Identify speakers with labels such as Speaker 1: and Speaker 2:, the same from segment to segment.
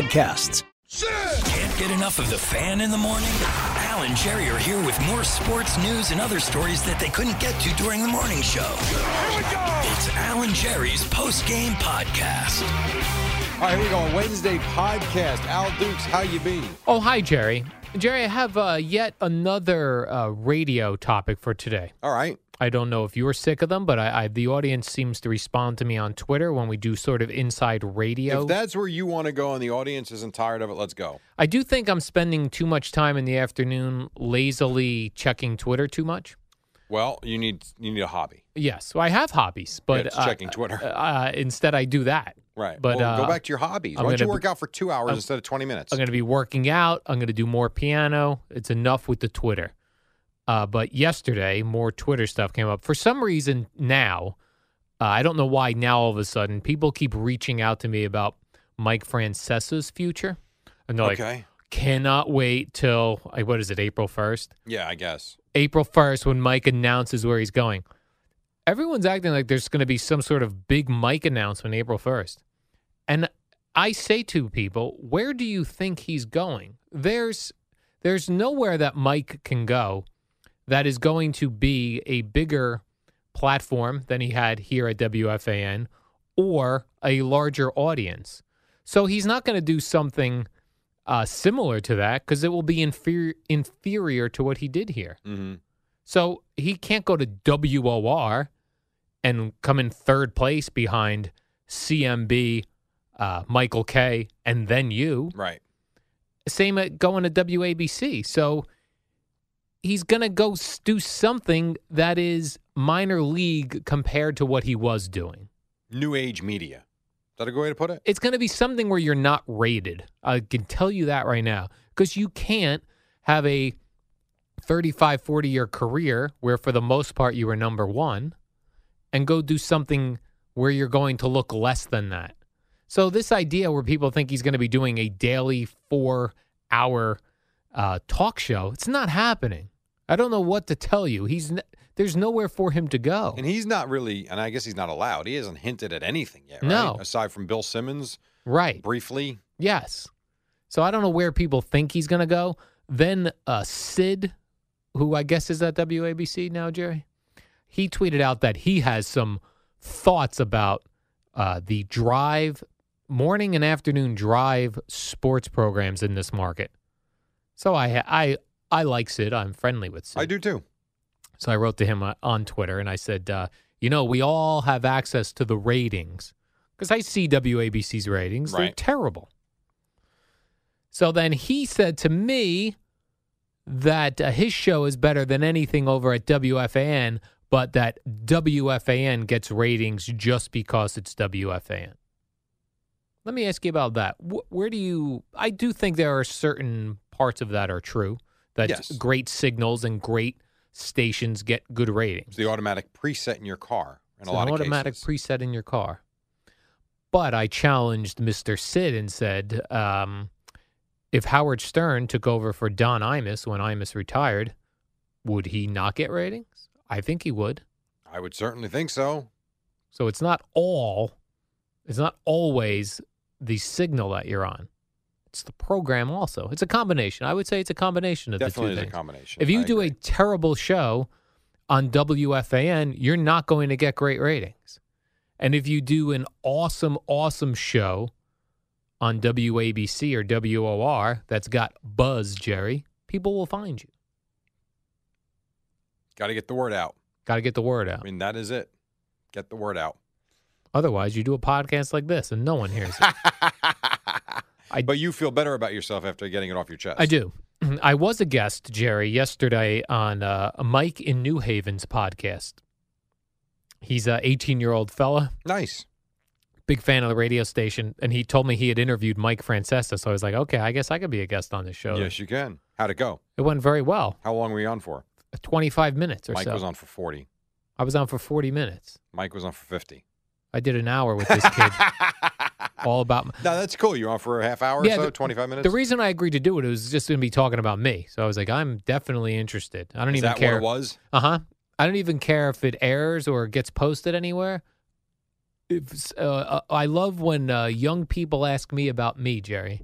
Speaker 1: Can't get enough of the fan in the morning? Al and Jerry are here with more sports news and other stories that they couldn't get to during the morning show. Here we go! It's Al and Jerry's post game podcast.
Speaker 2: All right, here we go. Wednesday podcast. Al Dukes, how you be?
Speaker 3: Oh, hi, Jerry. Jerry, I have uh, yet another uh, radio topic for today.
Speaker 2: All right.
Speaker 3: I don't know if you're sick of them, but I, I the audience seems to respond to me on Twitter when we do sort of inside radio.
Speaker 2: If that's where you want to go and the audience isn't tired of it, let's go.
Speaker 3: I do think I'm spending too much time in the afternoon lazily checking Twitter too much.
Speaker 2: Well, you need you need a hobby.
Speaker 3: Yes, well, I have hobbies, but
Speaker 2: it's
Speaker 3: uh,
Speaker 2: checking Twitter.
Speaker 3: Uh, uh, instead, I do that.
Speaker 2: Right.
Speaker 3: But
Speaker 2: well,
Speaker 3: uh,
Speaker 2: go back to your hobbies.
Speaker 3: I'm
Speaker 2: Why don't you
Speaker 3: gonna
Speaker 2: work out for two hours instead of 20 minutes?
Speaker 3: I'm going to be working out. I'm going to do more piano. It's enough with the Twitter. Uh, but yesterday, more Twitter stuff came up. For some reason, now, uh, I don't know why now all of a sudden, people keep reaching out to me about Mike Francesa's future. And they're like,
Speaker 2: okay.
Speaker 3: cannot wait till, like, what is it, April 1st?
Speaker 2: Yeah, I guess.
Speaker 3: April 1st when Mike announces where he's going. Everyone's acting like there's going to be some sort of big Mike announcement April 1st. And I say to people, where do you think he's going? There's there's nowhere that Mike can go that is going to be a bigger platform than he had here at WFAN or a larger audience. So he's not going to do something uh, similar to that because it will be inferior inferior to what he did here.
Speaker 2: hmm
Speaker 3: So he can't go to WOR and come in third place behind CMB, uh, Michael K, and then you.
Speaker 2: Right.
Speaker 3: Same at going to WABC. So he's going to go s- do something that is minor league compared to what he was doing.
Speaker 2: New age media. Is that a good way to put it?
Speaker 3: It's going to be something where you're not rated. I can tell you that right now because you can't have a 35, 40 year career where, for the most part, you were number one and go do something where you're going to look less than that. So, this idea where people think he's going to be doing a daily four hour uh, talk show, it's not happening. I don't know what to tell you. He's n- There's nowhere for him to go.
Speaker 2: And he's not really, and I guess he's not allowed. He hasn't hinted at anything yet, right?
Speaker 3: No.
Speaker 2: Aside from Bill Simmons
Speaker 3: Right.
Speaker 2: briefly.
Speaker 3: Yes. So I don't know where people think he's going to go. Then uh, Sid, who I guess is at WABC now, Jerry, he tweeted out that he has some thoughts about uh, the drive, morning and afternoon drive sports programs in this market. So I, I, I like Sid. I'm friendly with Sid.
Speaker 2: I do too.
Speaker 3: So I wrote to him uh, on Twitter and I said, uh, you know, we all have access to the ratings because I see WABC's ratings. They're
Speaker 2: Right.
Speaker 3: terrible. So then he said to me that uh, his show is better than anything over at WFAN, but that WFAN gets ratings just because it's WFAN. Let me ask you about that. Wh- where do you? I do think there are certain parts of that are true. That
Speaker 2: Yes.
Speaker 3: great signals and great stations get good ratings.
Speaker 2: It's the automatic preset in your car in
Speaker 3: It's
Speaker 2: a lot
Speaker 3: an
Speaker 2: of
Speaker 3: automatic
Speaker 2: cases.
Speaker 3: preset in your car. But I challenged Mr. Sid and said, um, if Howard Stern took over for Don Imus when Imus retired, would he not get ratings? I think he would.
Speaker 2: I would certainly think so.
Speaker 3: So it's not all, it's not always the signal that you're on. It's the program also. It's a combination. I would say it's a combination of
Speaker 2: Definitely is
Speaker 3: the two
Speaker 2: a
Speaker 3: things.
Speaker 2: combination.
Speaker 3: If you
Speaker 2: I
Speaker 3: do a
Speaker 2: agree.
Speaker 3: terrible show on WFAN, you're not going to get great ratings. And if you do an awesome, awesome show on WABC or WOR that's got buzz, Jerry, people will find you.
Speaker 2: Got to get the word out.
Speaker 3: Got to get the word
Speaker 2: I
Speaker 3: out.
Speaker 2: mean, that is it. Get the word out.
Speaker 3: Otherwise, you do a podcast like this and no one hears it. I-
Speaker 2: but you feel better about yourself after getting it off your chest.
Speaker 3: I do. I was a guest, Jerry, yesterday on uh, Mike in New Haven's podcast. He's a 18 year old fella.
Speaker 2: Nice.
Speaker 3: big fan of the radio station, and he told me he had interviewed Mike Francesa. So I was like, okay, I guess I could be a guest on this show.
Speaker 2: Yes, you can. How'd it go?
Speaker 3: It went very well.
Speaker 2: How long were you on for?
Speaker 3: 25 minutes or
Speaker 2: Mike
Speaker 3: so.
Speaker 2: was on for 40.
Speaker 3: I was on for 40 minutes.
Speaker 2: Mike was on for 50.
Speaker 3: I did an hour with this kid, all about. m-
Speaker 2: No, that's cool. You're on for a half hour
Speaker 3: Yeah,
Speaker 2: or so,
Speaker 3: the-
Speaker 2: 25 minutes?
Speaker 3: The reason I agreed to do it, it was just going to be talking about me. So I was like, I'm definitely interested. I don't
Speaker 2: Is
Speaker 3: even
Speaker 2: that
Speaker 3: care.
Speaker 2: what it was?
Speaker 3: Uh huh. I don't even care if it airs or gets posted anywhere. If, uh, uh, I love when uh, young people ask me about me, Jerry.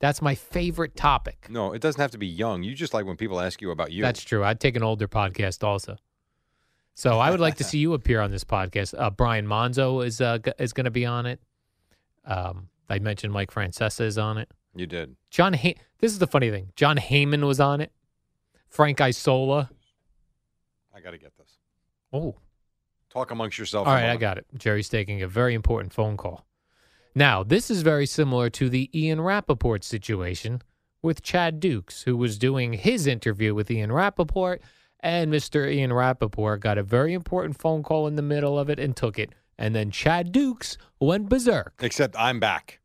Speaker 3: That's my favorite topic.
Speaker 2: No, it doesn't have to be young. You just like when people ask you about you.
Speaker 3: That's true. I'd take an older podcast also. So I would like to see you appear on this podcast. Uh, Brian Monzo is uh, g- is going to be on it. Um, I mentioned Mike Francesa is on it.
Speaker 2: you did.
Speaker 3: John. Ha- this is the funny thing. John Heyman was on it. Frank Isola.
Speaker 2: I got to get this.
Speaker 3: Oh,
Speaker 2: Talk amongst yourself.
Speaker 3: All
Speaker 2: for a
Speaker 3: right, I
Speaker 2: moment.
Speaker 3: got it. Jerry's taking a very important phone call. Now, this is very similar to the Ian Rappaport situation with Chad Dukes, who was doing his interview with Ian Rappaport, and Mr. Ian Rappaport got a very important phone call in the middle of it and took it. And then Chad Dukes went berserk.
Speaker 2: Except I'm back.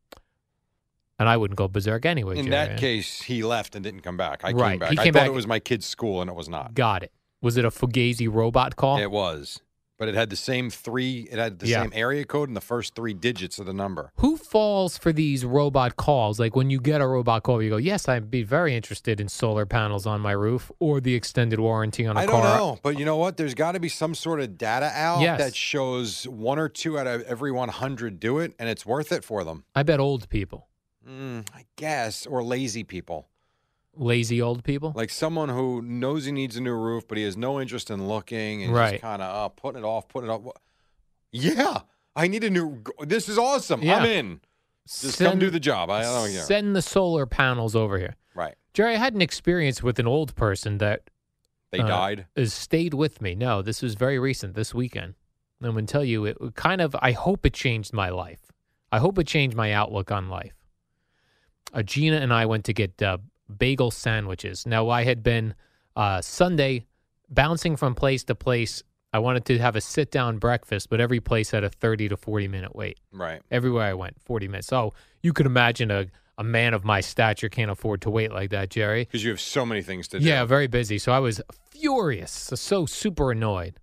Speaker 3: And I wouldn't go berserk anyway.
Speaker 2: In
Speaker 3: Jerry.
Speaker 2: that case, he left and didn't come back. I
Speaker 3: Right,
Speaker 2: came back.
Speaker 3: he
Speaker 2: I
Speaker 3: came
Speaker 2: thought
Speaker 3: back-
Speaker 2: it was my kid's school, and it was not.
Speaker 3: got it. Was it a Fugazi robot call?
Speaker 2: It was, but it had the same three. It had the
Speaker 3: Yeah.
Speaker 2: same area code and the first three digits of the number.
Speaker 3: Who falls for these robot calls? Like when you get a robot call, you go, "Yes, I'd be very interested in solar panels on my roof or the extended warranty on a
Speaker 2: I don't
Speaker 3: car."
Speaker 2: know, but you know what? There's got to be some sort of data out
Speaker 3: Yes.
Speaker 2: that shows one or two out of every 100 do it, and it's worth it for them.
Speaker 3: I bet old people,
Speaker 2: Mm, I guess, or lazy people,
Speaker 3: lazy old people.
Speaker 2: like someone who knows he needs a new roof, but he has no interest in looking and
Speaker 3: Right.
Speaker 2: just kind of uh, putting it off, putting it off. Wha- Yeah, I need a new. This is awesome.
Speaker 3: Yeah.
Speaker 2: I'm in. Just come do the job. I don't care.
Speaker 3: Send the solar panels over here,
Speaker 2: Right.
Speaker 3: Jerry. I had an experience with an old person that
Speaker 2: They
Speaker 3: uh,
Speaker 2: died.
Speaker 3: Has stayed with me. No, this was very recent, this weekend. I'm going to tell you, it kind of, I hope it changed my life. I hope it changed my outlook on life. Uh, Gina and I went to get uh, bagel sandwiches. Now, I had been uh, Sunday bouncing from place to place. I wanted to have a sit down breakfast, but every place had a 30 to 40 minute wait
Speaker 2: Right.
Speaker 3: everywhere I went, 40 minutes. So you could imagine a, a man of my stature can't afford to wait like that, Jerry.
Speaker 2: Because you have so many things to do.
Speaker 3: Yeah, very busy. So I was furious, so, so super annoyed.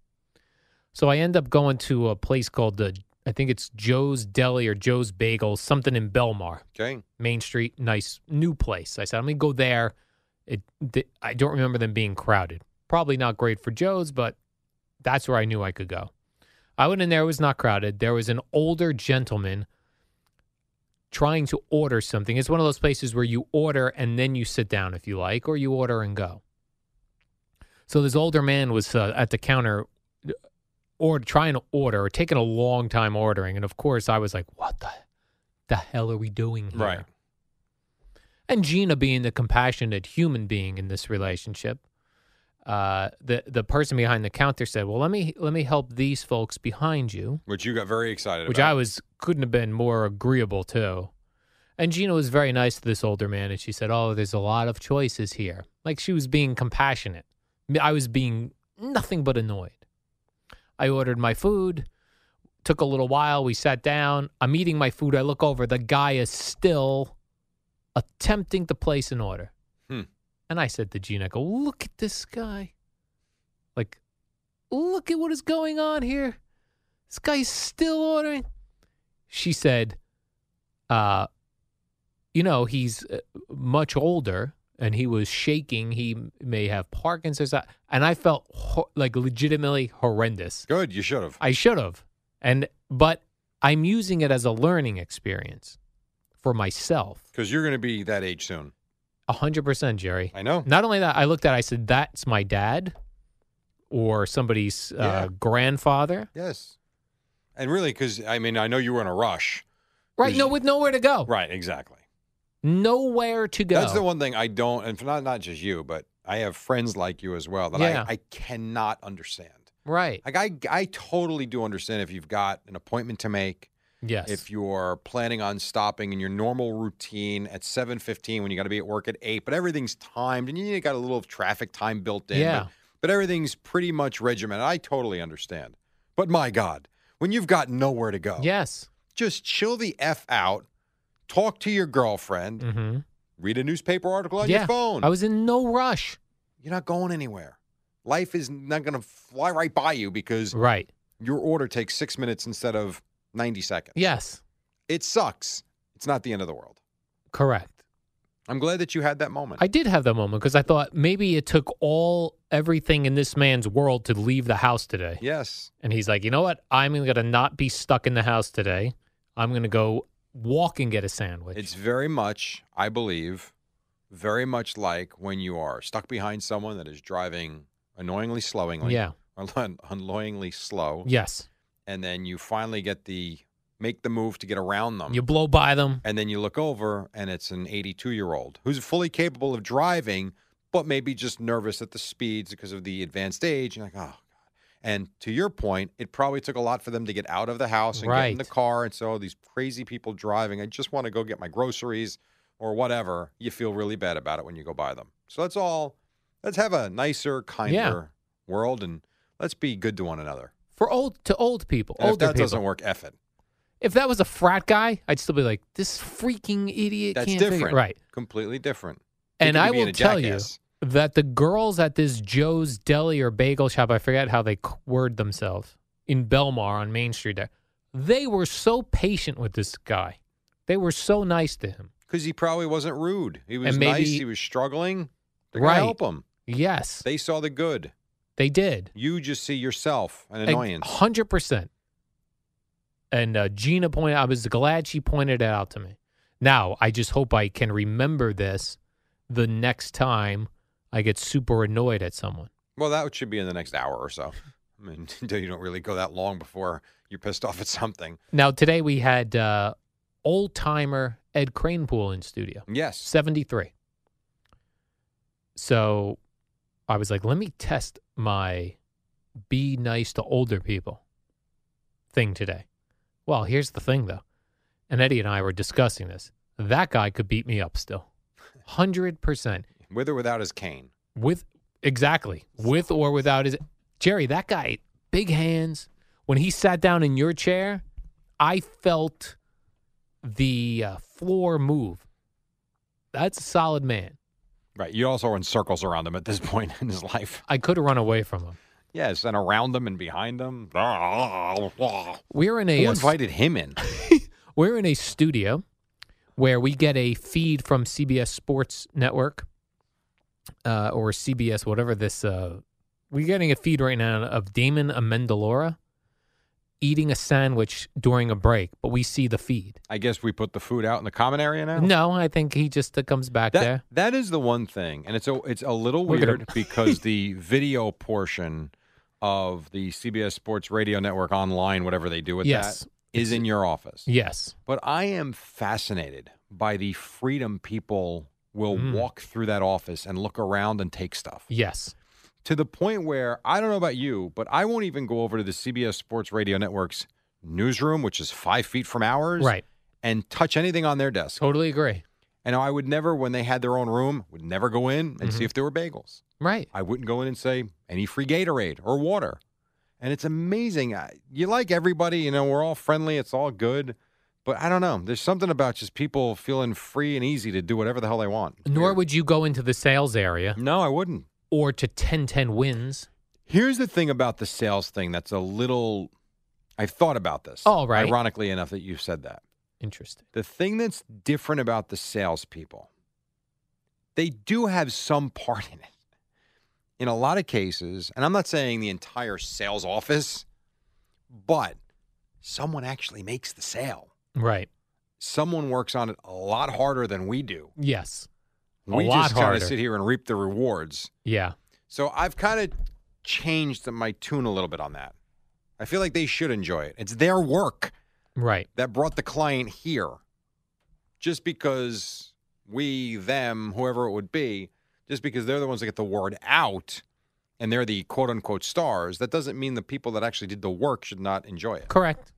Speaker 3: So I end up going to a place called the I think it's Joe's Deli or Joe's Bagel, something in Belmar,
Speaker 2: Okay.
Speaker 3: Main Street, nice new place. I said I'm gonna go there. It, th- I don't remember them being crowded. Probably not great for Joe's, but that's where I knew I could go. I went in there; it was not crowded. There was an older gentleman trying to order something. It's one of those places where you order and then you sit down if you like, or you order and go. So this older man was uh, at the counter, uh, or trying to order, or taking a long time ordering, and of course I was like, "What the, the hell are we doing here?"
Speaker 2: Right.
Speaker 3: and Gina being the compassionate human being in this relationship, uh, the the person behind the counter said, "Well, let me let me help these folks behind you,"
Speaker 2: Which you got very excited
Speaker 3: which
Speaker 2: about.
Speaker 3: I was couldn't have been more agreeable to. And Gina was very nice to this older man, and she said, "Oh, there's a lot of choices here." Like she was being compassionate. Me- I was being nothing but annoyed. I ordered my food. Took a little while. We sat down. I'm eating my food. I look over. The guy is still attempting to place an order.
Speaker 2: Hmm.
Speaker 3: And I said to Gina, I go, look at this guy. Like, look at what is going on here. This guy's still ordering. She said, uh, you know, he's uh, much older and he was shaking. He m- may have Parkinson's. And I felt ho- like legitimately horrendous.
Speaker 2: Good. You should have.
Speaker 3: I should have. And but I'm using it as a learning experience for myself.
Speaker 2: Because you're going to be that age soon.
Speaker 3: A hundred percent, Jerry.
Speaker 2: I know.
Speaker 3: Not only that, I looked at it, I said, That's my dad or somebody's
Speaker 2: Yeah.
Speaker 3: uh, grandfather.
Speaker 2: Yes. And really, because I mean, I know you were in a rush.
Speaker 3: Right, no, with nowhere to go.
Speaker 2: Right. Exactly.
Speaker 3: Nowhere to go.
Speaker 2: That's the one thing I don't, and for not not just you, but I have friends like you as well that
Speaker 3: Yeah.
Speaker 2: I, I cannot understand.
Speaker 3: Right.
Speaker 2: Like I, I totally do understand if you've got an appointment to make,
Speaker 3: Yes.
Speaker 2: if you're planning on stopping in your normal routine at 7.15 when you got to be at work at 8 but everything's timed and you got a little traffic time built in
Speaker 3: Yeah.
Speaker 2: but, but everything's pretty much regimented i totally understand but my god when you've got nowhere to go
Speaker 3: Yes.
Speaker 2: Just chill the F out, talk to your girlfriend,
Speaker 3: Mm-hmm.
Speaker 2: read a newspaper article on
Speaker 3: yeah.
Speaker 2: your phone.
Speaker 3: I was in no rush.
Speaker 2: You're not going anywhere. Life is not going to fly right by you because
Speaker 3: Right.
Speaker 2: your order takes six minutes instead of 90 seconds.
Speaker 3: Yes.
Speaker 2: It sucks. It's not the end of the world.
Speaker 3: Correct.
Speaker 2: I'm glad that you had that moment.
Speaker 3: I did have that moment because I thought maybe it took all everything in this man's world to leave the house today.
Speaker 2: yes.
Speaker 3: And he's like, you know what? I'm going to not be stuck in the house today. I'm going to go walk and get a sandwich.
Speaker 2: It's very much, I believe, very much like when you are stuck behind someone that is driving annoyingly slowingly.
Speaker 3: yeah.
Speaker 2: un- Annoyingly slow.
Speaker 3: Yes.
Speaker 2: And then you finally get the make the move to get around them.
Speaker 3: You blow by them.
Speaker 2: and then you look over and it's an 82 year old who's fully capable of driving, but maybe just nervous at the speeds because of the advanced age. And like, oh, God. And to your point, it probably took a lot for them to get out of the house and get in the
Speaker 3: Right.
Speaker 2: car. And so these crazy people driving, I just want to go get my groceries or whatever. You feel really bad about it when you go by them. So that's all. Let's have a nicer, kinder world and let's be good to one another.
Speaker 3: For old to old people,
Speaker 2: And if
Speaker 3: older
Speaker 2: that doesn't
Speaker 3: people.
Speaker 2: work, F it.
Speaker 3: If that was a frat guy, I'd still be like, this freaking idiot
Speaker 2: That's
Speaker 3: can't figure-"
Speaker 2: different.
Speaker 3: right.
Speaker 2: Completely different. He
Speaker 3: And
Speaker 2: could
Speaker 3: I
Speaker 2: be in
Speaker 3: will
Speaker 2: a
Speaker 3: tell you
Speaker 2: jackass.
Speaker 3: that the girls at this Joe's Deli or Bagel Shop, I forget how they c- word themselves, in Belmar on Main Street there, they were so patient with this guy. They were so nice to him.
Speaker 2: Because he probably wasn't rude. He was
Speaker 3: And
Speaker 2: nice.
Speaker 3: maybe-
Speaker 2: He was struggling. They're gonna
Speaker 3: Right.
Speaker 2: help him.
Speaker 3: Yes,
Speaker 2: They saw the good.
Speaker 3: they did.
Speaker 2: You just see yourself an annoyance.
Speaker 3: Hundred percent. And uh, Gina pointed. I was glad she pointed it out to me. Now I just hope I can remember this the next time I get super annoyed at someone.
Speaker 2: Well, that should be in the next hour or so. I mean, until you don't really go that long before you're pissed off at something.
Speaker 3: Now today we had uh, old timer Ed Cranepool in studio,
Speaker 2: Yes.
Speaker 3: seventy three. So I was like, let me test my be nice to older people thing today. Well, here's the thing though, and Eddie and I were discussing this. That guy could beat me up still, hundred percent
Speaker 2: With or without his cane.
Speaker 3: with exactly with or without his Jerry. That guy, big hands. When he sat down in your chair, I felt the uh, floor move. That's a solid man.
Speaker 2: Right. You also are in circles around him at this point in his life.
Speaker 3: I could have run away from him.
Speaker 2: Yes. And around them and behind them. Who
Speaker 3: We're in a uh,
Speaker 2: invited him in?
Speaker 3: we're in a studio where we get a feed from CBS Sports Network uh, or CBS, whatever this. Uh, we're getting a feed right now of Damon Amendolora eating a sandwich during a break, but we see the feed.
Speaker 2: I guess we put the food out in the common area now?
Speaker 3: No, I think he just uh, comes back
Speaker 2: Oh. That,
Speaker 3: there.
Speaker 2: that is the one thing, and it's a it's a little
Speaker 3: Look at him.
Speaker 2: weird because the video portion of the CBS Sports Radio Network online, whatever they do with
Speaker 3: Yes.
Speaker 2: that, is in your office.
Speaker 3: Yes.
Speaker 2: But I am fascinated by the freedom people will
Speaker 3: Mm.
Speaker 2: walk through that office and look around and take stuff
Speaker 3: Yes.
Speaker 2: to the point where I don't know about you, but I won't even go over to the CBS Sports Radio Network's newsroom, which is five feet from ours,
Speaker 3: Right.
Speaker 2: and touch anything on their desk.
Speaker 3: Totally agree.
Speaker 2: And I would never, when they had their own room, would never go in and
Speaker 3: Mm-hmm.
Speaker 2: see if there were bagels.
Speaker 3: Right.
Speaker 2: I wouldn't go in and say any free Gatorade or water. And it's amazing. I, you like everybody, you know, we're all friendly, it's all good. But I don't know. There's something about just people feeling free and easy to do whatever the hell they want.
Speaker 3: Nor would you go into the sales area
Speaker 2: No, I wouldn't.
Speaker 3: or to 1010 wins.
Speaker 2: Here's the thing about the sales thing that's a little. I've thought about this.
Speaker 3: All right.
Speaker 2: Ironically enough, that you said that.
Speaker 3: Interesting.
Speaker 2: The thing that's different about the salespeople, they do have some part in it. In a lot of cases, and I'm not saying the entire sales office, but someone actually makes the sale.
Speaker 3: Right.
Speaker 2: Someone works on it a lot harder than we do.
Speaker 3: Yes. A
Speaker 2: we
Speaker 3: lot
Speaker 2: just kind
Speaker 3: harder.
Speaker 2: of sit here and reap the rewards.
Speaker 3: Yeah.
Speaker 2: So I've kind of changed the- my tune a little bit on that. I feel like they should enjoy it. It's their work
Speaker 3: Right.
Speaker 2: that brought the client here just because we, them, whoever it would be, just because they're the ones that get the word out and they're the quote unquote stars, that doesn't mean the people that actually did the work should not enjoy it.
Speaker 3: Correct.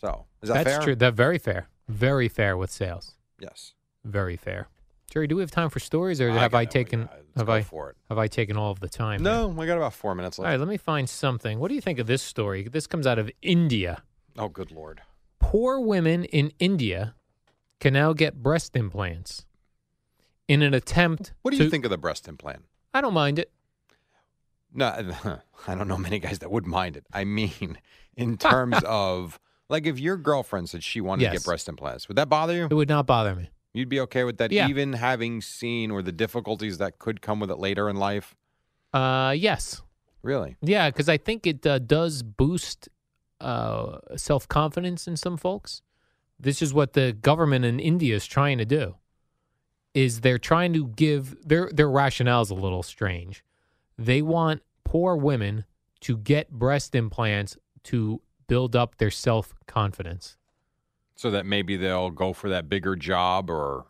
Speaker 2: So is that
Speaker 3: That's
Speaker 2: fair?
Speaker 3: true. That's very fair. Very fair with sales.
Speaker 2: Yes.
Speaker 3: Very fair. Jerry, do we have time for stories, or have
Speaker 2: got
Speaker 3: I,
Speaker 2: it. We
Speaker 3: taken
Speaker 2: got it. Let's
Speaker 3: have
Speaker 2: go
Speaker 3: I
Speaker 2: for it.
Speaker 3: have I taken all of the time? here?
Speaker 2: No, we got about four minutes
Speaker 3: All
Speaker 2: left.
Speaker 3: right, let me find something. What do you think of this story? This comes out of India.
Speaker 2: Oh, good lord.
Speaker 3: Poor women in India can now get breast implants in an attempt
Speaker 2: What do you
Speaker 3: to-
Speaker 2: think of the breast implant?
Speaker 3: I don't mind it.
Speaker 2: No, I don't know many guys that would mind it. I mean, in terms of like if your girlfriend said she wanted to
Speaker 3: Yes.
Speaker 2: get breast implants, would that bother you?
Speaker 3: It would not bother me.
Speaker 2: You'd be okay with that,
Speaker 3: Yeah.
Speaker 2: even having seen or the difficulties that could come with it later in life.
Speaker 3: Uh, yes.
Speaker 2: Really?
Speaker 3: Yeah, because I think it uh, does boost uh, self confidence in some folks. This is what the government in India is trying to do. Is they're trying to give their their rationale is a little strange. They want poor women to get breast implants to build up their self confidence.
Speaker 2: So that maybe they'll go for that bigger job or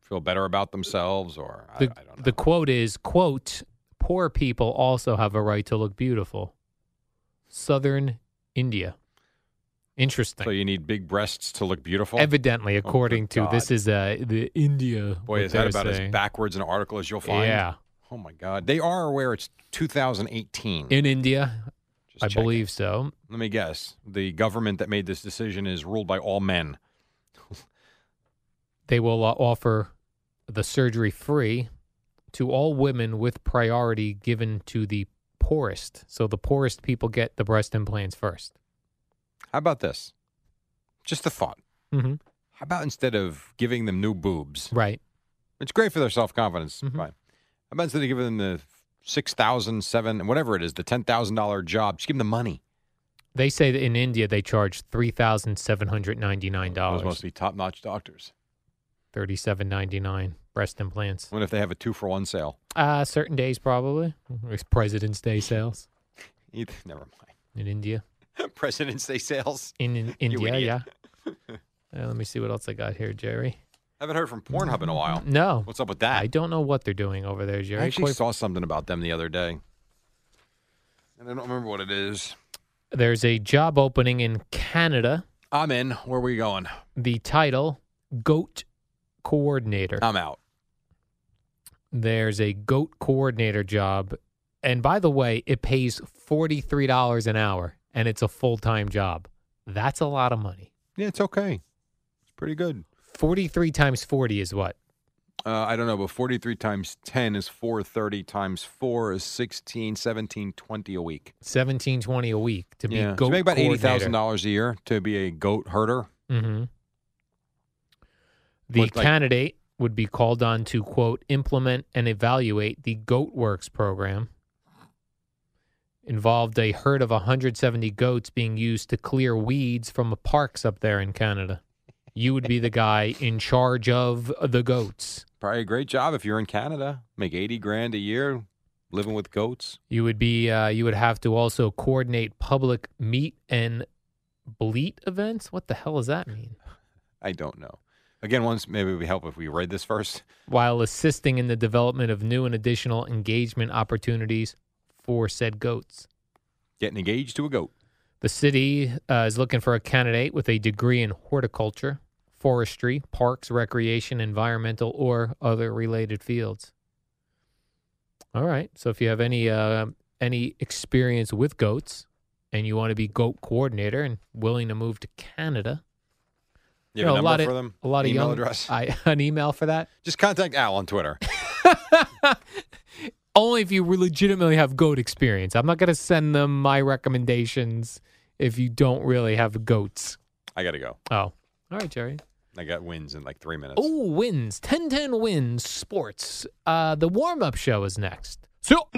Speaker 2: feel better about themselves, or I,
Speaker 3: The,
Speaker 2: I don't know.
Speaker 3: the quote is quote Poor people also have a right to look beautiful. Southern India. Interesting.
Speaker 2: so you need big breasts to look beautiful.
Speaker 3: Evidently, according to
Speaker 2: Oh, God.
Speaker 3: this is uh, the India.
Speaker 2: Boy,
Speaker 3: what
Speaker 2: is that
Speaker 3: they're
Speaker 2: about
Speaker 3: saying.
Speaker 2: as backwards an article as you'll find?
Speaker 3: Yeah,
Speaker 2: Oh my God, they are aware it's 2018.
Speaker 3: in India,
Speaker 2: Hmm. Just
Speaker 3: I
Speaker 2: checking.
Speaker 3: believe so.
Speaker 2: Let me guess. The government that made this decision is ruled by all men.
Speaker 3: They will uh, offer the surgery free to all women with priority given to the poorest. So the poorest people get the breast implants 1st
Speaker 2: How about this? Just a thought.
Speaker 3: Mm-hmm.
Speaker 2: How about instead of giving them new boobs,
Speaker 3: Right.
Speaker 2: it's great for their self confidence.
Speaker 3: Mhm.
Speaker 2: Fine. How about instead of giving them the six thousand, seven, whatever it is, the ten thousand dollar job, just give them the money.
Speaker 3: They say that in India they charge three thousand seven hundred ninety nine
Speaker 2: Those must
Speaker 3: dollars,
Speaker 2: be top notch doctors.
Speaker 3: thirty seven ninety nine breast implants.
Speaker 2: I wonder if they have a two for one sale.
Speaker 3: Uh certain days probably. It's President's Day sales
Speaker 2: Either, never
Speaker 3: in India.
Speaker 2: mind. President's Day sales.
Speaker 3: in, in
Speaker 2: You
Speaker 3: India. Yeah.
Speaker 2: idiot.
Speaker 3: Uh, let me see what else I got here, Jerry.
Speaker 2: Haven't heard from Pornhub in a while.
Speaker 3: No,
Speaker 2: What's up with that?
Speaker 3: Mm-hmm. I don't know what they're doing over there, Jerry.
Speaker 2: I actually
Speaker 3: Quite-
Speaker 2: saw something about them the other day, and I don't remember what it is.
Speaker 3: There's a job opening in Canada.
Speaker 2: I'm in. Where are we going?
Speaker 3: The title: Goat Coordinator.
Speaker 2: I'm out.
Speaker 3: There's a goat coordinator job, and by the way, it pays forty three dollars an hour, and it's a full time job. That's a lot of money.
Speaker 2: Yeah, it's okay. It's pretty good.
Speaker 3: Forty three times forty is what?
Speaker 2: Uh, I don't know, but 43 times 10 is 430 times 4 is 16, 17, 20 a week.
Speaker 3: Seventeen twenty a week to be
Speaker 2: yeah.
Speaker 3: goat
Speaker 2: so make about
Speaker 3: coordinator.
Speaker 2: $80,000 a year to be a goat herder.
Speaker 3: Mm-hmm. The
Speaker 2: What, like-
Speaker 3: candidate would be called on to quote implement and evaluate the Goat Works program. Involved a herd of 170 goats being used to clear weeds from the parks up there in Canada. You would be the guy in charge of the goats.
Speaker 2: Probably a great job if you're in Canada. Make 80 grand a year living with goats.
Speaker 3: You would be. Uh, you would have to also coordinate public meat and bleat events. What the hell does that mean?
Speaker 2: I don't know. Again, once maybe it would help if we read this first.
Speaker 3: while assisting in the development of new and additional engagement opportunities for said goats.
Speaker 2: Getting engaged to a goat.
Speaker 3: The city uh, is looking for a candidate with a degree in horticulture, forestry, parks, recreation, environmental, or other related fields. All right. So if you have any uh, any experience with goats and you want to be goat coordinator and willing to move to Canada,
Speaker 2: You have a
Speaker 3: know, a
Speaker 2: number
Speaker 3: lot
Speaker 2: for
Speaker 3: of
Speaker 2: them?
Speaker 3: a lot of
Speaker 2: Email
Speaker 3: young
Speaker 2: address?
Speaker 3: I, an email for that.
Speaker 2: Just contact Al on Twitter.
Speaker 3: only if you legitimately have goat experience. I'm not going to send them my recommendations if you don't really have goats.
Speaker 2: I got to go.
Speaker 3: Oh, all right, Jerry.
Speaker 2: I got wins in like three minutes.
Speaker 3: Oh, wins. 10-10 wins sports. Uh, the warm-up show is next. So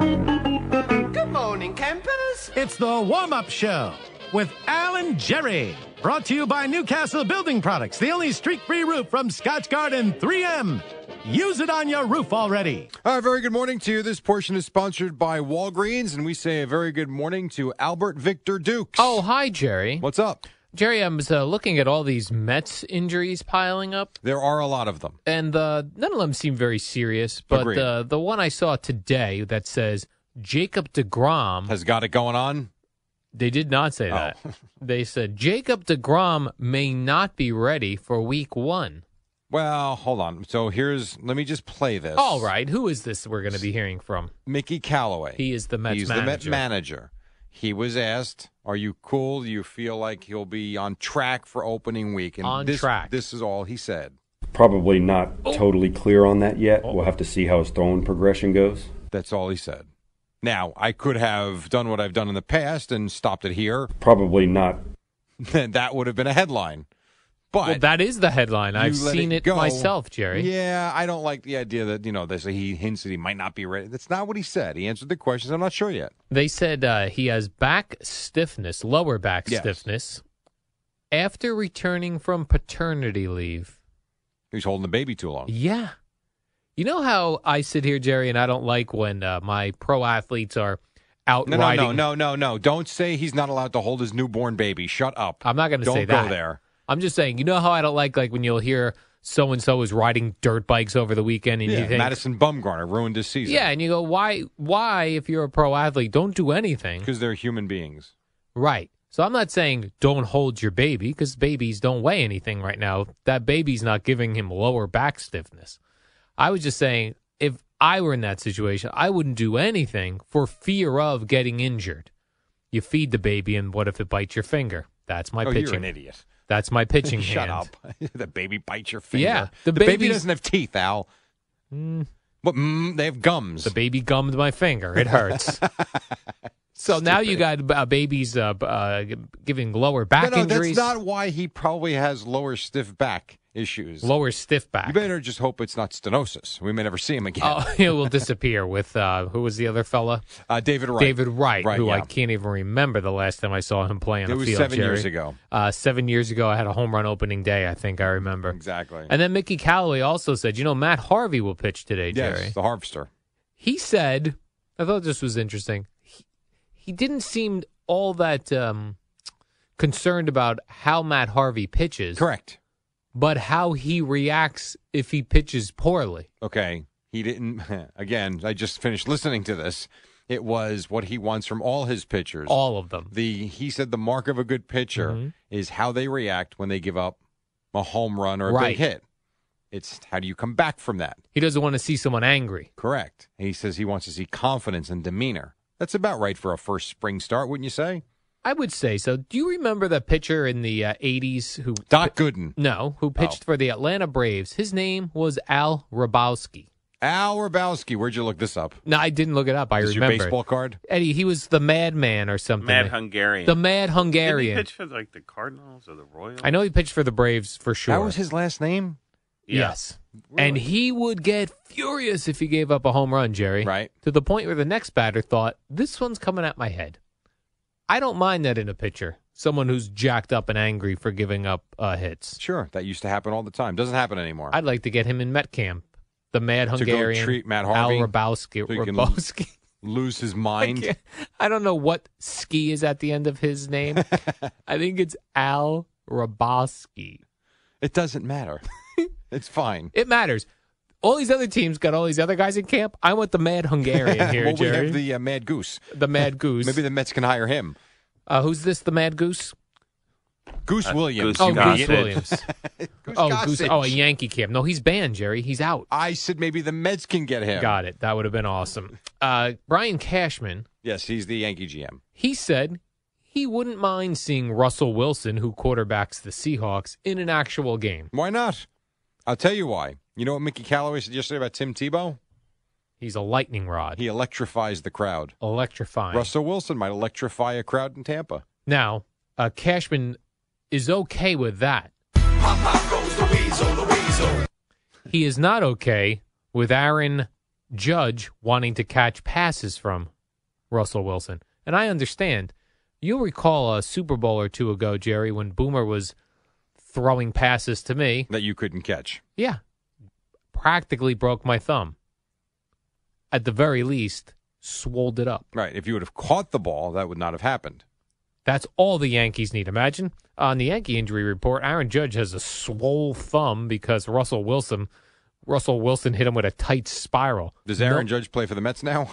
Speaker 4: Good morning, campers.
Speaker 5: It's the warm up show with Alan Jerry. Brought to you by Newcastle Building Products, the only streak free roof from Scotch Garden 3M. Use it on your roof already.
Speaker 2: All right, very good morning to you. This portion is sponsored by Walgreens, and we say a very good morning to Albert Victor Dukes.
Speaker 3: Oh, hi, Jerry.
Speaker 2: what's up?
Speaker 3: Jerry, I was uh, looking at all these Mets injuries piling up,
Speaker 2: There are a lot of them.
Speaker 3: and uh, none of them seem very serious. But
Speaker 2: Agreed.
Speaker 3: uh, the one I saw today that says Jacob DeGrom
Speaker 2: Has got it going on.
Speaker 3: They did not say
Speaker 2: Oh.
Speaker 3: that. they said Jacob DeGrom may not be ready for week one.
Speaker 2: Well, hold on. So here's. Let me just play this.
Speaker 3: All right. Who is this we're going to be hearing from?
Speaker 2: Mickey Callaway.
Speaker 3: He is the Mets
Speaker 2: He's the Met
Speaker 3: manager.
Speaker 2: manager. He was asked, "Are you cool? Do you feel like he'll be on track for opening week?" And
Speaker 3: On
Speaker 2: this,
Speaker 3: track.
Speaker 2: This is all he said.
Speaker 6: Probably not
Speaker 7: Oh.
Speaker 6: totally clear on that yet. We'll have to see how his throwing progression goes.
Speaker 2: That's all he said. Now, I could have done what I've done in the past and stopped it here.
Speaker 6: Probably not.
Speaker 2: that would have been a headline. But
Speaker 3: well, that is the headline. I've
Speaker 2: you let
Speaker 3: seen it,
Speaker 2: go.
Speaker 3: myself, Jerry.
Speaker 2: Yeah, I don't like the idea that you know they say he hints that he might not be ready. That's not what he said. He answered the questions. I'm not sure yet.
Speaker 3: They said uh, he has back stiffness, lower back
Speaker 2: Yes.
Speaker 3: stiffness, after returning from paternity leave.
Speaker 2: He was holding the baby too long.
Speaker 3: Yeah. You know how I sit here, Jerry, and I don't like when uh, my pro athletes are out
Speaker 2: No, no,
Speaker 3: riding.
Speaker 2: no, no, no, no. Don't say he's not allowed to hold his newborn baby. Shut up.
Speaker 3: I'm not going to
Speaker 2: Don't
Speaker 3: say
Speaker 2: go
Speaker 3: that.
Speaker 2: there.
Speaker 3: I'm just saying. You know how I don't like like when you'll hear so and so is riding dirt bikes over the weekend, and
Speaker 2: Yeah,
Speaker 3: you think,
Speaker 2: Madison Bumgarner ruined his season.
Speaker 3: yeah, and you go, why, why, if you're a pro athlete, don't do anything,
Speaker 2: because they're human beings.
Speaker 3: right? So I'm not saying don't hold your baby because babies don't weigh anything right now. That baby's not giving him lower back stiffness. I was just saying if I were in that situation, I wouldn't do anything for fear of getting injured. You feed the baby, and what if it bites your finger? That's my
Speaker 2: oh,
Speaker 3: pitching.
Speaker 2: you're an idiot.
Speaker 3: That's my pitching
Speaker 2: Shut
Speaker 3: hand.
Speaker 2: up. the baby bites your finger.
Speaker 3: Yeah,
Speaker 2: the,
Speaker 3: the
Speaker 2: baby
Speaker 3: baby's-
Speaker 2: doesn't have teeth, Al.
Speaker 3: Mm,
Speaker 2: But mm, they have gums.
Speaker 3: the baby gummed my finger. It hurts. so now you got uh, babies uh, b- uh, g- giving lower back
Speaker 2: no, no,
Speaker 3: injuries,
Speaker 2: that's not why he probably has lower stiff back issues.
Speaker 3: lower stiff back.
Speaker 2: You better just hope it's not stenosis. We may never see him again.
Speaker 3: Oh, it will disappear with uh, who was the other fella?
Speaker 2: uh, David Wright.
Speaker 3: David Wright, who
Speaker 2: yeah.
Speaker 3: I can't even remember the last time I saw him play on
Speaker 2: It
Speaker 3: a
Speaker 2: was
Speaker 3: field.
Speaker 2: seven years
Speaker 3: Jerry.
Speaker 2: ago.
Speaker 3: Uh, seven years ago, I had a home run opening day. I think I remember.
Speaker 2: Exactly.
Speaker 3: And then Mickey Callaway also said, "You know, Matt Harvey will pitch today,
Speaker 2: yes,
Speaker 3: Jerry."
Speaker 2: the harvester.
Speaker 3: he said, I thought this was interesting. He, he didn't seem all that um, concerned about how Matt Harvey pitches,
Speaker 2: Correct.
Speaker 3: but how he reacts if he pitches poorly.
Speaker 2: Okay. He didn't. Again, I just finished listening to this. It was what he wants from all his pitchers.
Speaker 3: All of them.
Speaker 2: the he said the mark of a good pitcher
Speaker 3: Mhm.
Speaker 2: is how they react when they give up a home run or a
Speaker 3: Right.
Speaker 2: big hit. It's how do you come back from that?
Speaker 3: He doesn't want to see someone angry.
Speaker 2: Correct. And he says he wants to see confidence and demeanor. That's about right for a first spring start, wouldn't you say?
Speaker 3: I would say so. Do you remember that pitcher in the uh, 80s who
Speaker 2: Doc Gooden.
Speaker 3: no, who
Speaker 7: Oh.
Speaker 3: pitched for the Atlanta Braves? His name was Al Rabowski.
Speaker 2: Al Rabowski, where'd you look this up?
Speaker 3: No, I didn't look it up. I
Speaker 2: Is your
Speaker 3: remember.
Speaker 2: baseball card?
Speaker 3: Eddie, he was the madman or something.
Speaker 7: Mad Hungarian.
Speaker 3: The mad
Speaker 7: Didn't
Speaker 3: Hungarian.
Speaker 7: he pitch for like the Cardinals or the Royals?
Speaker 3: I know he pitched for the Braves for sure.
Speaker 2: That was his last name?
Speaker 7: Yeah.
Speaker 3: Yes. And he would get furious if he gave up a home run, Jerry.
Speaker 2: Right.
Speaker 3: To the point where the next batter thought, this one's coming at my head. I don't mind that in a pitcher, someone who's jacked up and angry for giving up uh, hits.
Speaker 2: Sure. That used to happen all the time. Doesn't happen anymore.
Speaker 3: I'd like to get him in Met Camp. The mad
Speaker 2: To go
Speaker 3: Hungarian.
Speaker 2: treat Matt Harvey?
Speaker 3: Al Rabowski.
Speaker 2: So you can-
Speaker 3: Rabowski.
Speaker 2: Lose his
Speaker 3: I,
Speaker 2: mind.
Speaker 3: can't- I don't know what ski is at the end of his name. I think it's Al Rabowski.
Speaker 2: It doesn't matter. it's fine.
Speaker 3: It matters. All these other teams got all these other guys in camp. I want the mad Hungarian here,
Speaker 2: well,
Speaker 3: Jerry.
Speaker 2: we have the uh, Mad Goose.
Speaker 3: the Mad Goose.
Speaker 2: Maybe the Mets can hire him.
Speaker 3: uh, who's this? The Mad Goose?
Speaker 2: Goose Williams.
Speaker 7: Uh, Goose
Speaker 3: Oh,
Speaker 2: you
Speaker 7: got it.
Speaker 3: Goose Williams.
Speaker 2: Goose
Speaker 3: oh, Goose.
Speaker 2: Gossage.
Speaker 3: Oh, a Yankee camp. No, he's banned, Jerry. He's out.
Speaker 2: I said maybe the Mets can get him.
Speaker 3: Got it. That would have been awesome. Uh, Brian Cashman.
Speaker 2: Yes, he's the Yankee GM.
Speaker 3: He said he wouldn't mind seeing Russell Wilson, who quarterbacks the Seahawks, in an actual game.
Speaker 2: Why not? I'll tell you why. You know what Mickey Callaway said yesterday about Tim Tebow?
Speaker 3: He's a lightning rod.
Speaker 2: He electrifies the crowd.
Speaker 3: Electrifying.
Speaker 2: Russell Wilson might electrify a crowd in Tampa.
Speaker 3: Now, uh, Cashman is okay with that. He is not okay with Aaron Judge wanting to catch passes from Russell Wilson. And I understand. You'll recall a Super Bowl or two ago, Jerry, when Boomer was throwing passes to me.
Speaker 2: That you couldn't catch.
Speaker 3: Yeah. Practically broke my thumb. At the very least, swolled it up.
Speaker 2: Right. If you would have caught the ball, that would not have happened.
Speaker 3: That's all the Yankees need. Imagine uh, on the Yankee injury report, Aaron Judge has a swole thumb because Russell Wilson, Russell Wilson hit him with a tight spiral.
Speaker 2: Does Aaron
Speaker 3: No-
Speaker 2: Judge play for the Mets now?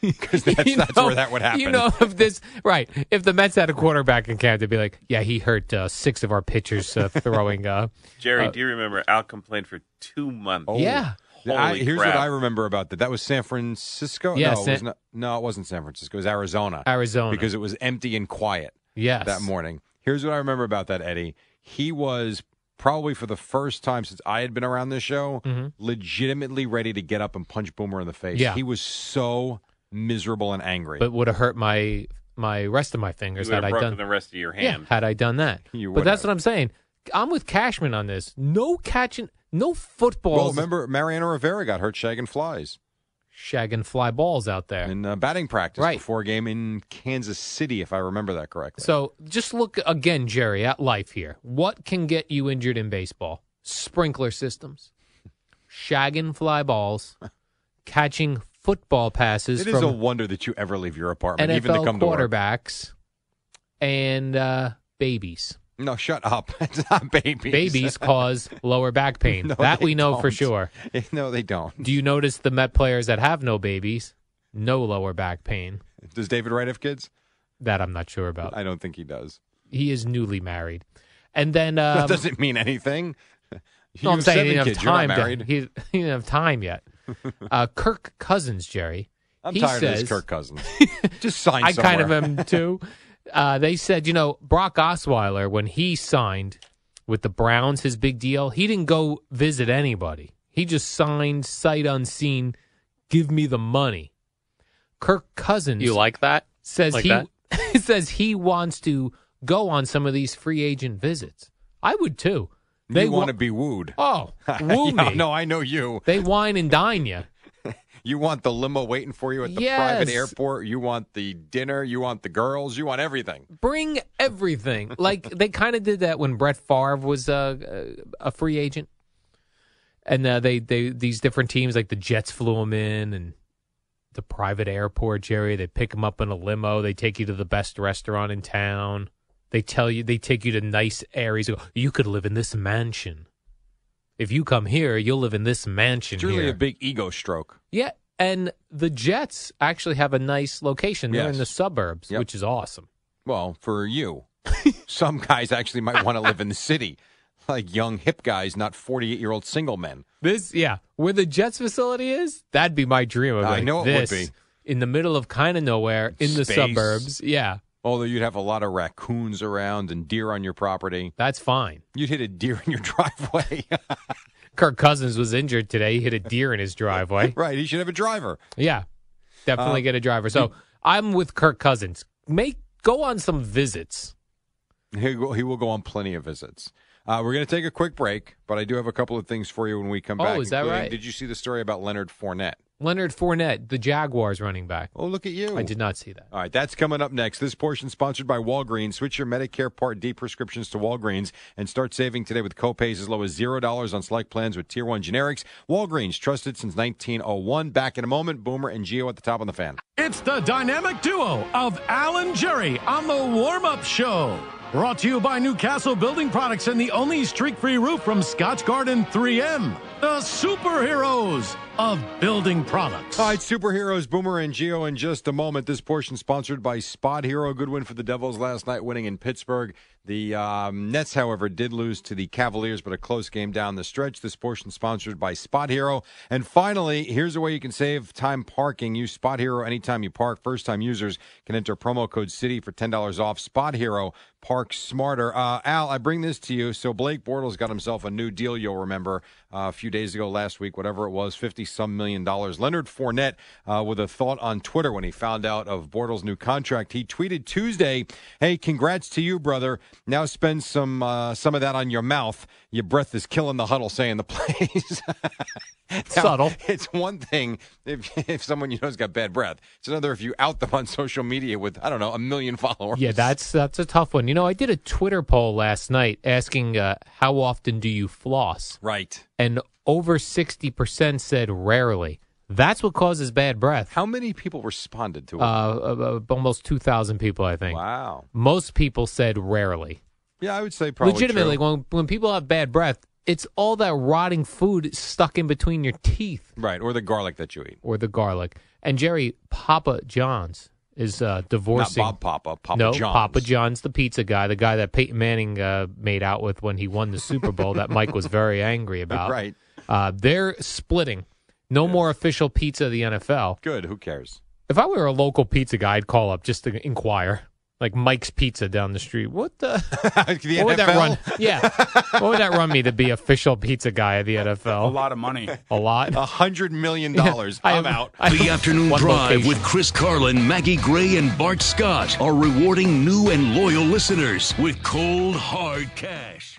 Speaker 2: Because that's,
Speaker 3: You
Speaker 2: that's
Speaker 3: know-
Speaker 2: where that would happen.
Speaker 3: You know, if this right, if the Mets had a quarterback in camp, they'd be like, "Yeah, he hurt uh, six of our pitchers uh, throwing." Uh,
Speaker 7: Jerry, do you remember Al complained for two months?
Speaker 2: Oh.
Speaker 3: Yeah,
Speaker 2: I,
Speaker 7: Holy
Speaker 2: here's
Speaker 7: crap.
Speaker 2: what I remember about that. That was San Francisco.
Speaker 3: Yeah,
Speaker 2: no, it
Speaker 3: San-
Speaker 2: was not, no, it wasn't San Francisco. It was Arizona.
Speaker 3: Arizona.
Speaker 2: because it was empty and quiet
Speaker 3: yes.
Speaker 2: that morning. Here's what I remember about that, Eddie. He was probably for the first time since I had been around this show,
Speaker 3: Mhm.
Speaker 2: legitimately ready to get up and punch Boomer in the face.
Speaker 3: Yeah.
Speaker 2: He was so miserable and angry.
Speaker 3: But would have hurt my my rest of my fingers
Speaker 7: you would
Speaker 3: had I
Speaker 7: have broken
Speaker 3: done
Speaker 7: the rest of your
Speaker 3: yeah,
Speaker 7: hand.
Speaker 3: had I done that.
Speaker 2: You
Speaker 3: but
Speaker 2: would
Speaker 3: that's
Speaker 2: have.
Speaker 3: what I'm saying. I'm with Cashman on this. No catching, no
Speaker 2: well,
Speaker 3: footballs
Speaker 2: remember Mariano Rivera got hurt shagging flies
Speaker 3: shagging fly balls out there.
Speaker 2: in uh, batting practice
Speaker 3: Right.
Speaker 2: before a game in Kansas City, if I remember that correctly.
Speaker 3: So just look again, Jerry, at life here. What can get you injured in baseball? Sprinkler systems, shagging fly balls, catching football passes
Speaker 2: it
Speaker 3: from
Speaker 2: is a wonder that you ever leave your apartment,
Speaker 3: NFL
Speaker 2: even to come to work.
Speaker 3: quarterbacks, and uh, babies.
Speaker 2: No, shut up. It's not babies.
Speaker 3: Babies cause lower back pain.
Speaker 2: No,
Speaker 3: that
Speaker 2: they
Speaker 3: we know for
Speaker 2: don't.
Speaker 3: sure.
Speaker 2: no, they don't.
Speaker 3: Do you notice the Met players that have no babies? No lower back pain.
Speaker 2: Does David Wright have kids?
Speaker 3: That I'm not sure about.
Speaker 2: I don't think he does.
Speaker 3: He is newly married. And then um,
Speaker 2: that doesn't mean anything. You
Speaker 3: No, I'm
Speaker 2: have
Speaker 3: saying he
Speaker 2: seven
Speaker 3: didn't have
Speaker 2: kids.
Speaker 3: time.
Speaker 2: You're not married.
Speaker 3: To, he, he didn't have time yet. Uh, Kirk Cousins, Jerry.
Speaker 2: I'm
Speaker 3: he
Speaker 2: tired
Speaker 3: says,
Speaker 2: of this Kirk Cousins. Just sign
Speaker 3: I kind of
Speaker 2: somewhere.
Speaker 3: am too. Uh, they said, you know, Brock Osweiler when he signed with the Browns, his big deal. He didn't go visit anybody. He just signed sight unseen. Give me the money. Kirk Cousins
Speaker 8: You like that?
Speaker 3: says
Speaker 8: like
Speaker 3: he
Speaker 8: that?
Speaker 3: says he wants to go on some of these free agent visits. I would too. They
Speaker 2: You
Speaker 3: wa-
Speaker 2: want to be wooed.
Speaker 3: Oh, woo
Speaker 2: Yeah,
Speaker 3: me.
Speaker 2: No, I know you.
Speaker 3: They wine and dine you.
Speaker 2: You want the limo waiting for you at the private
Speaker 3: Yes.
Speaker 2: airport. You want the dinner. You want the girls. You want everything.
Speaker 3: Bring everything. Like they kind of did that when Brett Favre was a a free agent, and uh, they they these different teams like the Jets flew him in and the private airport. Jerry, they pick him up in a limo. They take you to the best restaurant in town. They tell you they take you to nice areas. They go, You could live in this mansion. If you come here, you'll live in this mansion.
Speaker 2: It's really
Speaker 3: here.
Speaker 2: a big ego stroke.
Speaker 3: Yeah, and the Jets actually have a nice location. They're in
Speaker 2: Yes.
Speaker 3: the suburbs,
Speaker 2: Yep.
Speaker 3: which is awesome.
Speaker 2: Well, for you, some guys actually might want to live in the city, like young hip guys, not forty-eight-year-old single men.
Speaker 3: This, yeah, where the Jets facility is, that'd be my dream. I'd be
Speaker 2: I
Speaker 3: like,
Speaker 2: know it would
Speaker 3: "This,
Speaker 2: be."
Speaker 3: in the middle of kind of nowhere in the
Speaker 2: Space.
Speaker 3: suburbs. Yeah,
Speaker 2: Although you'd have a lot of raccoons around and deer on your property.
Speaker 3: that's fine.
Speaker 2: You'd hit a deer in your driveway.
Speaker 3: Kirk Cousins was injured today. He hit a deer in his driveway.
Speaker 2: right. He should have a driver.
Speaker 3: Yeah, definitely
Speaker 2: Uh,
Speaker 3: get a driver. So I'm with Kirk Cousins. Make go on some visits.
Speaker 2: He will, he will go on plenty of visits. Uh, we're going to take a quick break, but I do have a couple of things for you when we come
Speaker 3: Oh,
Speaker 2: back.
Speaker 3: is that
Speaker 2: including-
Speaker 3: right?
Speaker 2: Did you see the story about Leonard Fournette?
Speaker 3: Leonard Fournette, the Jaguars running back.
Speaker 2: Oh, look at you.
Speaker 3: I did not see that.
Speaker 2: All right, that's coming up next. This portion sponsored by Walgreens. Switch your Medicare Part D prescriptions to Walgreens and start saving today with copays as low as zero dollars on select plans with Tier One generics. Walgreens, trusted since 1901. Back in a moment. Boomer and Geo at the top on the fan.
Speaker 5: It's the dynamic duo of Alan Jerry on the warm up show. Brought to you by Newcastle Building Products and the only streak free roof from Scotch Garden 3M. The superheroes of building products.
Speaker 2: All right, superheroes, Boomer and Geo in just a moment. This portion sponsored by Spot Hero. Good win for the Devils last night, winning in Pittsburgh. The um, Nets, however, did lose to the Cavaliers, but a close game down the stretch. This portion sponsored by Spot Hero. And finally, here's a way you can save time parking. Use Spot Hero anytime you park. First time users can enter promo code CITY for $10 off. Spot Hero, park smarter. Uh, Al, I bring this to you. So Blake Bortles got himself a new deal, you'll remember, uh, a few days ago, last week, whatever it was, 50 some million dollars. Leonard Fournette uh, with a thought on Twitter when he found out of Bortles' new contract. He tweeted Tuesday, Hey, congrats to you, brother. Now spend some, uh, some of that on your mouth. Your breath is killing the huddle saying the plays. Now,
Speaker 3: Subtle.
Speaker 2: It's one thing if, if someone you know's got bad breath. It's another if you out them on social media with I don't know a million followers.
Speaker 3: Yeah, that's that's a tough one. You know, I did a Twitter poll last night asking uh, how often do you floss,
Speaker 2: right.
Speaker 3: and over sixty percent said rarely. That's what causes bad breath.
Speaker 2: How many people responded to it?
Speaker 3: Uh, uh, uh, almost two thousand people, I think.
Speaker 2: wow.
Speaker 3: Most people said rarely.
Speaker 2: Yeah, I would say probably
Speaker 3: Legitimately,
Speaker 2: true.
Speaker 3: when when people have bad breath, it's all that rotting food stuck in between your teeth
Speaker 2: right, or the garlic that you eat.
Speaker 3: or the garlic. And Jerry Papa John's is uh, divorcing.
Speaker 2: Not Bob Papa, Papa
Speaker 3: no,
Speaker 2: John's.
Speaker 3: Papa John's, the pizza guy, the guy that Peyton Manning uh, made out with when he won the Super Bowl, that Mike was very angry about.
Speaker 2: Right.
Speaker 3: Uh, they're splitting. No more official pizza of the NFL.
Speaker 2: Good. Who cares?
Speaker 3: If I were a local pizza guy, I'd call up just to inquire. Like Mike's Pizza down the street. What the?
Speaker 2: the
Speaker 3: what would that
Speaker 2: NFL?
Speaker 3: run? Yeah. what would that run me to be official pizza guy of the
Speaker 8: A
Speaker 3: NFL?
Speaker 8: lot of money.
Speaker 3: A lot.
Speaker 2: A hundred million dollars.
Speaker 3: I
Speaker 2: I'm
Speaker 3: have-
Speaker 2: out.
Speaker 3: I have
Speaker 1: The afternoon
Speaker 3: one
Speaker 1: drive
Speaker 3: location.
Speaker 1: with Chris Carlin, Maggie Gray, and Bart Scott are rewarding new and loyal listeners with cold hard cash.